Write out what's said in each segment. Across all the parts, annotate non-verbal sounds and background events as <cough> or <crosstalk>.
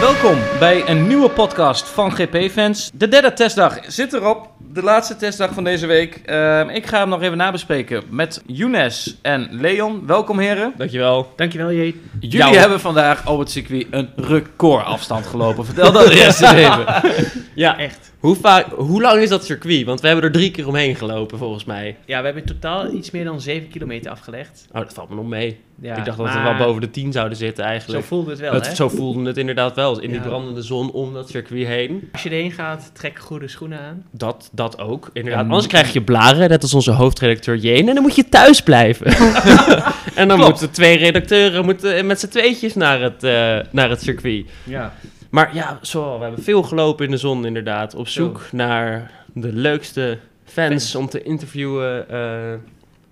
Welkom bij een nieuwe podcast van GP-fans. De derde testdag zit erop. De laatste testdag van deze week. Ehm, ik ga hem nog even nabespreken met Younes en Leon. Welkom heren. Dankjewel. Dankjewel, Jeet. Jullie hebben vandaag op het circuit een recordafstand gelopen. Vertel <laughs> dat de rest eens even. Ja, Echt. hoe, vaak, hoe lang is dat circuit? Want we hebben er drie keer omheen gelopen, volgens mij. Ja, we hebben in totaal iets meer dan 7 kilometer afgelegd. Oh, dat valt me nog mee. Ja, ik dacht dat we maar wel boven de tien zouden zitten, Zo eigenlijk. voelde het wel, Dat- hè? zo voelde het inderdaad wel. In die Ja. brandende zon om dat circuit heen. Als je erheen gaat, trek goede schoenen aan. Dat, dat ook, inderdaad. En- Anders krijg je blaren, net als onze hoofdredacteur Jane. En dan moet je thuis <laughs> blijven. en dan Klopt. moeten twee redacteuren moeten met z'n tweetjes naar het, eh, naar het circuit. Ja. Maar ja, zo, we hebben veel gelopen in de zon inderdaad. Op Zo. zoek naar de leukste fans, Fans. om te interviewen. eh,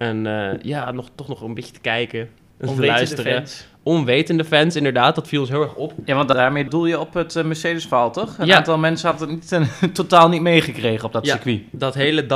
en eh, ja, nog, toch nog een beetje te kijken. En te Onwetende luisteren. fans. Onwetende fans, inderdaad. Dat viel ons heel erg op. ja, want daarmee doel je op het eh, Mercedes-verhaal, toch? Een Ja. aantal mensen hadden het niet, eh, <laughs> totaal niet meegekregen op dat Ja. circuit. Dat hele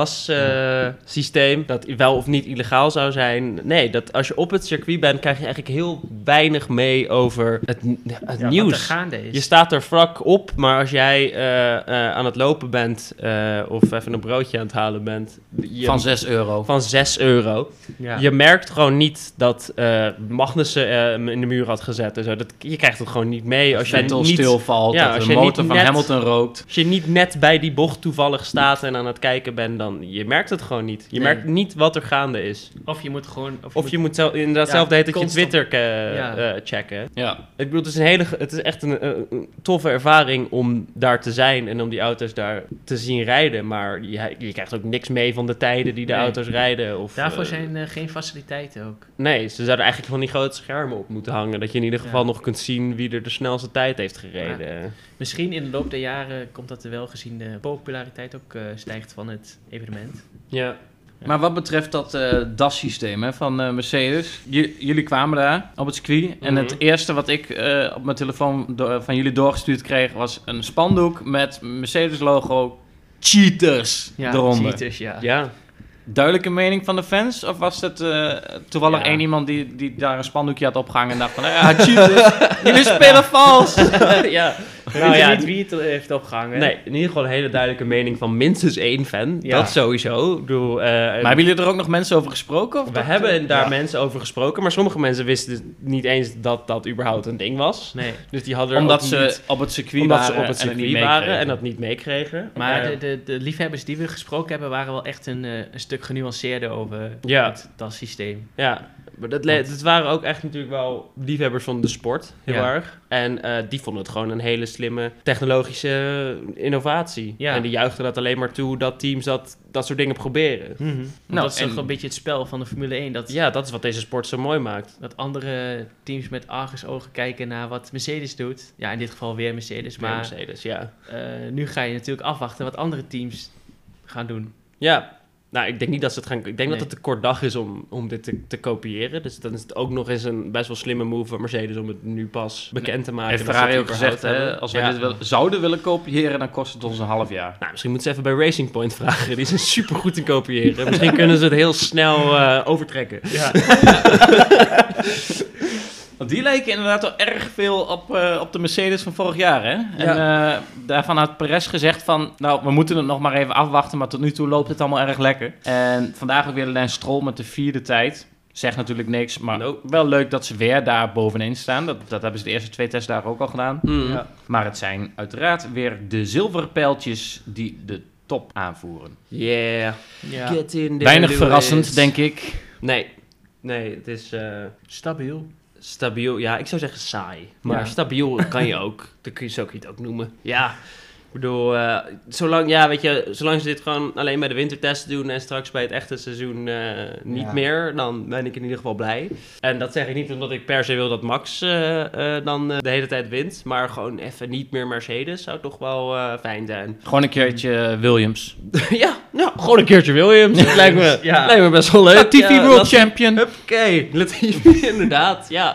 DAS-systeem, dat wel of niet illegaal zou zijn. Nee, dat als je op het circuit bent, krijg je eigenlijk heel weinig mee over het, het Ja, Wat er nieuws. gaande is. Je staat er vlak op, maar als jij eh, eh, aan het lopen bent eh, of even een broodje aan het halen bent... je- Van 6 euro. van 6 euro. Ja. Je merkt gewoon niet dat eh, Magnussen eh, hem in de muur had gezet. En zo. Dat, je krijgt het gewoon niet mee. Als je, Vettel niet, stilvalt, Ja, dat als de je niet motor van net- Hamilton rookt. als je niet net bij die bocht toevallig staat en aan het kijken bent, dan je merkt het gewoon niet. Je Nee. merkt niet wat er gaande is. Of je moet gewoon... Of je Of moet- je moet zelf, inderdaad Ja, zelf de hele tijd je constant. Twitter eh, Ja. eh, checken. Ja. Ik bedoel, het is, een hele, ge- het is echt een, eh, een toffe ervaring om daar te zijn en om die auto's daar te zien rijden. Maar je, je krijgt ook niks mee van de tijden die de Nee. auto's rijden. Of, Daarvoor eh, zijn eh, geen faciliteiten ook. Nee, ze zouden eigenlijk van die grote schermen op moeten hangen. Dat je in ieder geval Ja. nog kunt zien wie er de snelste tijd heeft gereden. Misschien in de loop der jaren komt dat de welgeziene populariteit ook eh, stijgt van het evenement. Ja. Ja. Maar wat betreft dat eh DAS-systeem hè, van eh, Mercedes. J- jullie kwamen daar op het circuit. En het Mhm. eerste wat ik eh, op mijn telefoon do- van jullie doorgestuurd kreeg... was een spandoek met Mercedes-logo Cheaters eronder. cheaters, dus, Ah. ja. Ja. Duidelijke mening van de fans? Of was het eh, toevallig Ja. één iemand die, die daar een spandoekje had opgehangen... en dacht van, ja, cheaters, jullie <laughs> spelen vals. <laughs> ja. <laughs> Weet Nou je ja. niet wie het heeft opgehangen? Nee, in ieder geval een hele duidelijke mening van minstens één fan. Ja. Dat sowieso. Ik bedoel, eh, Maar hebben jullie er ook nog mensen over gesproken? Of we dat- hebben daar Ja. mensen over gesproken, maar sommige mensen wisten dus niet eens dat dat überhaupt een ding was. Nee. Dus die hadden er Omdat ook ze niet- op het circuit omdat waren ze op het en het circuit niet waren meekregen. en dat niet meekregen. Maar Eh, de, de, de liefhebbers die we gesproken hebben waren wel echt een, eh, een stuk genuanceerder over Ja. het DAS-systeem. Ja, maar dat, le- dat waren ook echt natuurlijk wel liefhebbers van de sport, heel Ja. erg. En eh, die vonden het gewoon een hele slimme technologische innovatie. Ja. En die juichten dat alleen maar toe dat teams dat, dat soort dingen proberen. Nou, Nou, dat is en- toch een beetje het spel van de Formule 1. Dat, Ja, dat is wat deze sport zo mooi maakt. dat andere teams met argusogen kijken naar wat Mercedes doet. Ja, in dit geval weer Mercedes. Maar Maar Mercedes, ja. eh, nu ga je natuurlijk afwachten wat andere teams gaan doen. Ja. Nou, ik denk niet dat ze het gaan... Ik denk dat Nee. het te kort dag is om, om dit te, te kopiëren. Dus dan is het ook nog eens een best wel slimme move van Mercedes... om het nu pas bekend te maken. Heeft dat Ferrari ze ook het gezegd, überhaupt hè, hebben. als wij Ja. dit wel, zouden willen kopiëren, dan kost het ons een half jaar. Nou, misschien moeten ze even bij Racing Point vragen. Die zijn super goed in kopiëren. Misschien kunnen ze het heel snel eh, overtrekken. Ja. Want die lijken inderdaad wel erg veel op, eh, op de Mercedes van vorig jaar, hè? En eh, daarvan had Perez gezegd van, nou, we moeten het nog maar even afwachten, maar tot nu toe loopt het allemaal erg lekker. En vandaag ook weer Lens Stroll met de vierde tijd. Zegt natuurlijk niks, maar Nope. wel leuk dat ze weer daar bovenin staan. Dat, dat hebben ze de eerste twee testdagen ook al gedaan. Ja. Maar het zijn uiteraard weer de zilveren pijltjes die de top aanvoeren. Yeah. ja. Get in there, Weinig Lewis. verrassend, denk ik. Nee. Nee, het is eh, Stabiel. stabiel. Ja, ik zou zeggen saai. Maar Ja. stabiel kan je ook. Dat kun je, zo kun je het ook noemen. Ja. Ik bedoel, eh, zolang, ja, weet je, zolang ze dit gewoon alleen bij de wintertest doen en straks bij het echte seizoen eh, niet Ja. meer, dan ben ik in ieder geval blij. En dat zeg ik niet omdat ik per se wil dat Max eh, eh, dan eh, de hele tijd wint, maar gewoon even niet meer Mercedes zou toch wel eh, fijn <laughs> zijn. Gewoon een keertje eh, Williams. ja, nou, gewoon een keertje Williams. Dat lijkt me, Ja. lijkt me best wel leuk. TV Ja, Eh, World dat- Champion. Huppakee, <laughs> Latifi, inderdaad, ja.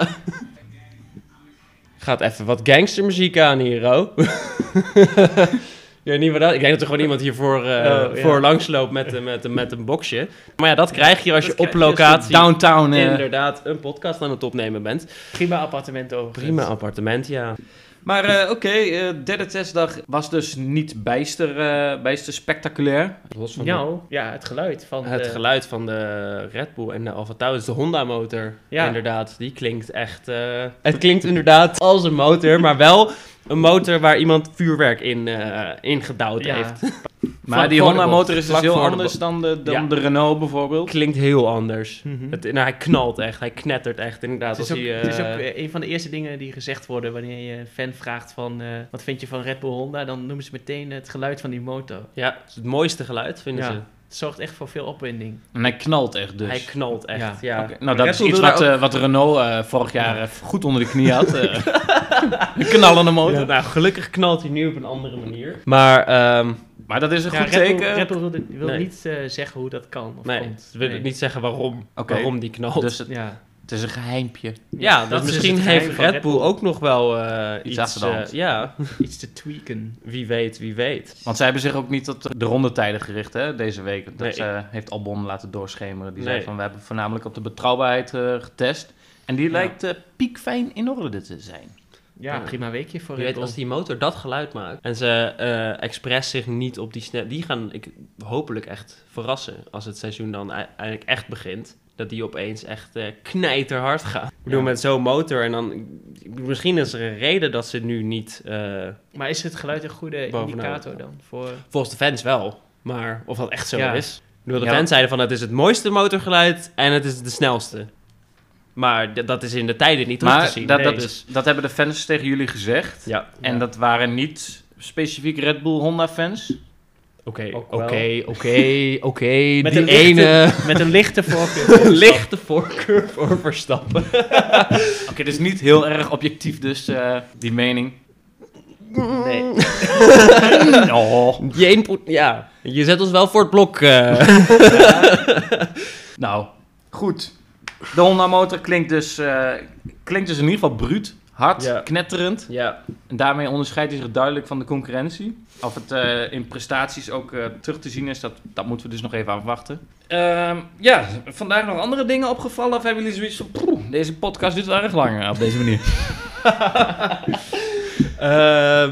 Gaat even wat gangstermuziek aan hier, <laughs> ho. ja, niet wat dat. Ik denk dat er gewoon iemand hiervoor eh Oh, ja. voor langs loopt met, een- met, een- met een boxje. Maar ja, dat krijg je als je Dat op krijg je als je locatie Downtown. eh, inderdaad een podcast aan het opnemen bent. Prima appartement over. Prima appartement, ja. Maar eh, oké, eh, derde testdag was dus niet bijster, eh, bijster spectaculair. Los van Nou, ja, het geluid van het de- geluid van de Red Bull en de Alfa Tauri, dus de Honda motor, Ja. inderdaad, die klinkt echt... eh, <laughs> het klinkt inderdaad als een motor, maar wel een motor waar iemand vuurwerk in, eh ingedouwd Ja. heeft. Maar Vlak die voor de Honda bocht. motor is dus Vlak heel voor de anders bocht. dan, de, dan Ja. de Renault bijvoorbeeld. Klinkt heel anders. Mhm. Het, nou, hij knalt echt, hij knettert echt, inderdaad. Het is, als ook, hij, het is eh, ook eh, een van de eerste dingen die gezegd worden wanneer je een fan vraagt van eh, wat vind je van Red Bull Honda, dan noemen ze meteen het geluid van die motor. Ja, het is het mooiste geluid, vinden Ja. ze. Het zorgt echt voor veel opwinding. En hij knalt echt dus. Hij knalt echt, ja. Oké, Nou, dat Red is Bull iets doet wat, daar eh, wat Renault eh, vorig jaar eh, goed onder de knie had. eh. een knallende motor. Ja, nou, gelukkig knalt hij nu op een andere manier. Maar ehm, Maar dat is een Ja, goed Red Bull, teken. Red Bull wil, dit- wil Nee. niet eh, zeggen hoe dat kan of nee, komt. wil Nee. ik niet zeggen waarom, Oké. waarom die knalt. Dus het, Ja. het is een geheimpje. ja, dat dus is misschien het geheim heeft van Red Red Bull ook nog wel eh, Iets iets... achter de eh, hand. ja, Iets te tweaken. wie weet, wie weet. Want zij hebben zich ook niet tot de rondetijden gericht hè, deze week. Dat Nee. eh, heeft Albon laten doorschemeren. Die zei Nee. van, we hebben voornamelijk op de betrouwbaarheid eh, getest. En die Ja. lijkt eh, piekfijn in orde te zijn. Ja, Ja. prima weekje voor Je Red weet, Bull. als die motor dat geluid maakt en ze eh expres zich niet op die snap... Die gaan ik, hopelijk echt verrassen als het seizoen dan ei- eigenlijk echt begint. Dat die opeens echt eh, knijterhard gaat. Ik bedoel, Ja. met zo'n motor en dan... Misschien is er een reden dat ze nu niet... eh, Maar is het geluid een goede Bovenaan. indicator dan? Voor... Volgens de fans wel. Maar of dat echt zo Ja. is. Door de Ja. fans zeiden van het is het mooiste motorgeluid en het is de snelste. Maar d- dat is in de tijden niet terug maar te zien. dat, Nee, dat, dus- dat hebben de fans tegen jullie gezegd. Ja, En dat waren niet specifiek Red Bull Honda fans. Oh. oké, Ook wel. oké, <laughs> oké, oké. Die Met een ene Met een lichte <laughs> voorkeur. lichte voorkeur voor Verstappen. <laughs> Oké, dus niet heel erg objectief dus, eh, die <coughs> mening. Nee. Oh. Je input, ja. Je zet ons wel voor het blok. <laughs> eh. Nou, goed. De Honda motor klinkt dus, eh, klinkt dus in ieder geval bruut, hard, Ja. knetterend. ja. En daarmee onderscheidt hij zich duidelijk van de concurrentie. Of het eh, in prestaties ook eh, terug te zien is, dat, dat moeten we dus nog even afwachten. Ehm, ja, vandaag nog andere dingen opgevallen? Of hebben jullie zoiets van, "Poeh, deze podcast duurt wel erg lang eh, op deze manier? Eh,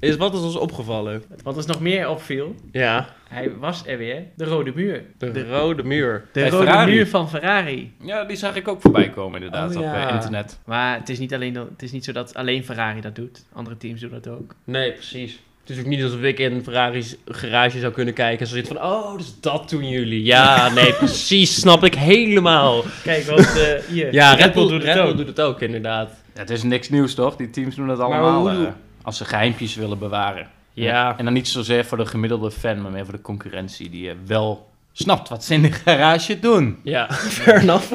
is wat is ons opgevallen? Wat ons nog meer opviel, Ja, hij was er weer, de rode muur. de, rode muur. De Bij rode Ferrari. muur van Ferrari. <laughs> Ja, die zag ik ook voorbij komen inderdaad Oh, op ja. eh, internet. Maar het is, niet alleen, dat- het is niet zo dat alleen Ferrari dat doet. Andere teams doen dat ook. Nee, precies. Het is ook niet alsof ik in Ferrari's garage zou kunnen kijken en zo zitten van, oh, dus dat doen jullie. Ja, nee, <laughs> precies, snap ik helemaal. Kijk, want eh, hier, Ja, Red Bull, doet Red het Bull ook. doet het ook, inderdaad. Ja, het is niks nieuws toch? Die teams doen dat hoe allemaal doe- eh, als ze geheimpjes willen bewaren. Ja, En dan niet zozeer voor de gemiddelde fan, maar meer voor de concurrentie die eh, wel snapt wat ze in de garage doen. ja, <laughs> fair enough.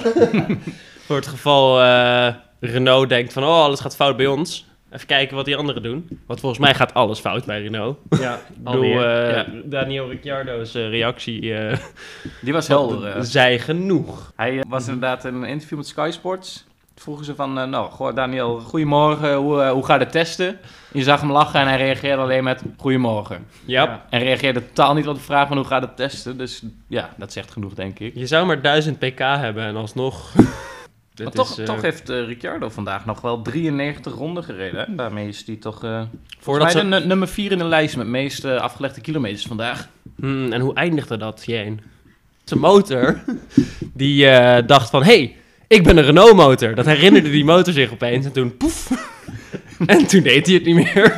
Voor het geval eh, Renault denkt van, oh, alles gaat fout bij ons. Even kijken wat die anderen doen. Want volgens mij gaat alles fout bij Renault. Ja, Ik bedoel, alweer. eh, Ja. Daniel Ricciardo's eh, reactie eh, Die was <laughs> helder. eh. zei genoeg. Hij eh, was inderdaad in een interview met Sky Sports. Vroegen ze van, eh, nou, goh, Daniel, goedemorgen, hoe, eh, hoe gaat het testen? Je zag hem lachen en hij reageerde alleen met goedemorgen. ja. En reageerde totaal niet op de vraag van hoe gaat het testen. Dus ja, dat zegt genoeg, denk ik. Je zou maar 1000 pk hebben en alsnog... <laughs> Dit Maar toch, is, eh, toch heeft eh, Ricciardo vandaag nog wel 93 ronden gereden. Hè? Daarmee is hij toch eh voordat volgens mij ze... de nu- nummer 4 in de lijst met meest eh, afgelegde kilometers vandaag. Hmm, en hoe eindigde dat, Jane? Zijn motor, die eh, dacht van... hey, ik ben een Renault-motor. Dat herinnerde die motor zich opeens. En toen poef. <laughs> en toen deed hij het niet <laughs> meer.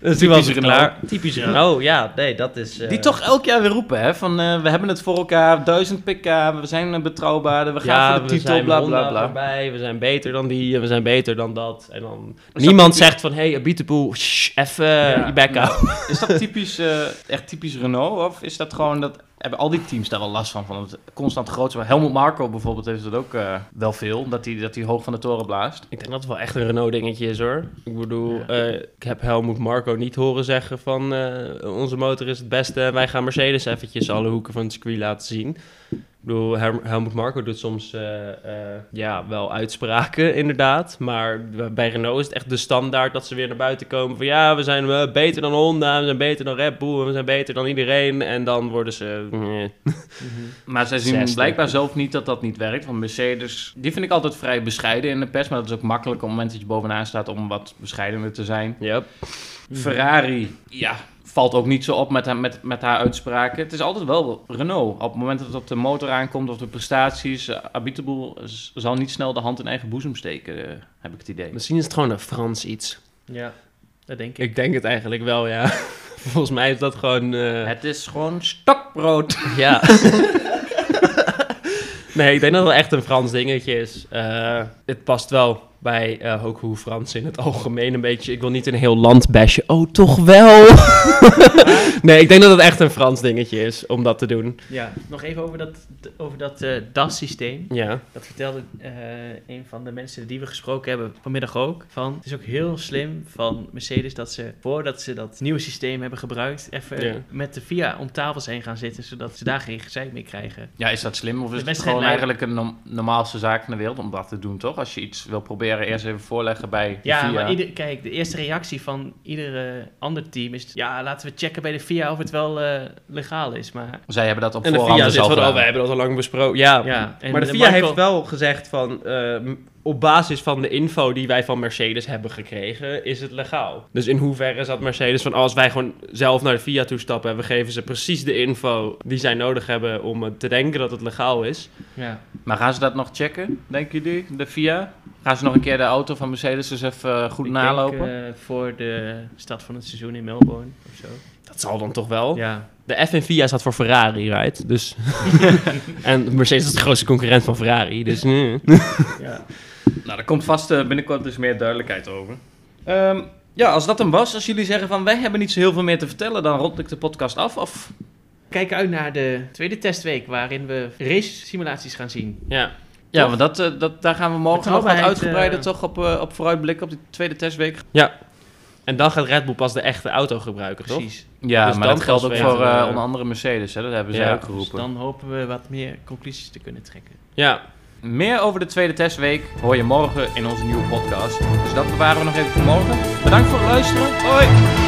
dus toen was het Renault. klaar. Typisch Renault, ja. Nee, dat is... eh, Die toch elk jaar weer roepen, hè? Van eh, we hebben het voor elkaar, 1000 pk, we zijn eh, betrouwbaarder, we gaan ja, voor de we titel, zijn bla Honda bla bla. voorbij, we zijn beter dan die en we zijn beter dan dat. En dan... is Niemand zegt van, hey, Abitapoel, shh, even je bek Ja. houden. Is dat typisch, eh, echt typisch Renault? Of is dat gewoon dat. Hebben al die teams daar wel last van? Van het constant groot zijn. Helmut Marco bijvoorbeeld heeft dat ook eh, wel veel. Dat hij dat hij hoog van de toren blaast. Ik denk dat het wel echt een Renault-dingetje is hoor. Ik bedoel, Ja. eh, ik heb Helmoet Marco niet horen zeggen van eh, onze motor is het beste en wij gaan Mercedes eventjes alle hoeken van het circuit laten zien. Ik bedoel, Her- Helmut Marko doet soms eh, eh, ja, wel uitspraken, inderdaad. Maar bij Renault is het echt de standaard dat ze weer naar buiten komen van... ja, we zijn eh, beter dan Honda, we zijn beter dan Red Bull, we zijn beter dan iedereen. En dan worden ze... eh, Maar zij zien Zesde. blijkbaar zelf niet dat dat niet werkt. Want Mercedes, die vind ik altijd vrij bescheiden in de pers. Maar dat is ook makkelijk op het moment dat je bovenaan staat om wat bescheidener te zijn. yep. Ferrari, Mhm. ja, valt ook niet zo op met haar, met, met haar uitspraken. Het is altijd wel Renault. Op het moment dat het op de motor aankomt of de prestaties, eh, Abiteboel z- zal niet snel de hand in eigen boezem steken, eh, heb ik het idee. Misschien is het gewoon een Frans iets. Ja, dat denk ik. Ik denk het eigenlijk wel, ja. <laughs> Volgens mij is dat gewoon... eh, Het is gewoon stokbrood. Ja. nee, ik denk dat het echt een Frans dingetje is. Eh, het past wel bij eh ook hoe Frans in het algemeen een beetje... Ik wil niet een heel land bashen. Oh, toch wel? <laughs> nee, ik denk dat het echt een Frans dingetje is om dat te doen. Ja, nog even over dat, over dat eh, DAS-systeem. Ja. Dat vertelde eh, een van de mensen die we gesproken hebben vanmiddag ook. Van, het is ook heel slim van Mercedes dat ze voordat ze dat nieuwe systeem hebben gebruikt, even Ja. met de VIA om tafels heen gaan zitten, zodat ze daar geen gezeik mee krijgen. Ja, is dat slim? Of De is het wedstrijd gewoon leidt- eigenlijk een norm- normaalste zaak in de wereld om dat te doen, toch? Als je iets wil proberen, eerst even voorleggen bij de Ja, FIA. maar ieder, kijk, de eerste reactie van ieder ander team is, ja, laten we checken bij de VIA of het wel eh, legaal is. Maar Zij hebben dat op En de voorhand VIA dus zit al van, oh, gedaan. we hebben dat al lang besproken. Ja, Ja, en maar de de VIA Marco- heeft wel gezegd van... ehm, op basis van de info die wij van Mercedes hebben gekregen, is het legaal. Dus in hoeverre zat Mercedes van... als wij gewoon zelf naar de VIA toe stappen... en we geven ze precies de info die zij nodig hebben... om eh, te denken dat het legaal is. ja, Maar gaan ze dat nog checken, denken jullie? De FIA? Gaan ze nog een keer de auto van Mercedes eens even eh, goed ik nalopen? denk, eh, voor de start van het seizoen in Melbourne of zo. Dat zal dan toch wel? Ja, De F in VIA staat voor Ferrari, right? <laughs> Dus... en Mercedes is de grootste concurrent van Ferrari, dus... mm. ja. Nou, daar komt vast eh, binnenkort dus meer duidelijkheid over. Ehm, ja, als dat hem was, als jullie zeggen van wij hebben niet zo heel veel meer te vertellen, dan rond ik de podcast af. Of Kijk uit naar de tweede testweek waarin we race simulaties gaan zien. ja. ja, Toch? want dat, eh, dat, daar gaan we morgen nog wat Betrouwbaarheid, uitgebreider eh, toch op, eh, op vooruitblikken op die tweede testweek. En dan gaat Red Bull pas de echte auto gebruiken, toch? Precies. Ja, Dus maar dan dat geldt pas ook weten voor we- eh, onder andere Mercedes, hè? dat hebben zij Ja, ook Dus geroepen. dan hopen we wat meer conclusies te kunnen trekken. Ja, Meer over de tweede testweek hoor je morgen in onze nieuwe podcast. Dus dat bewaren we nog even voor morgen. Bedankt voor het luisteren. Hoi!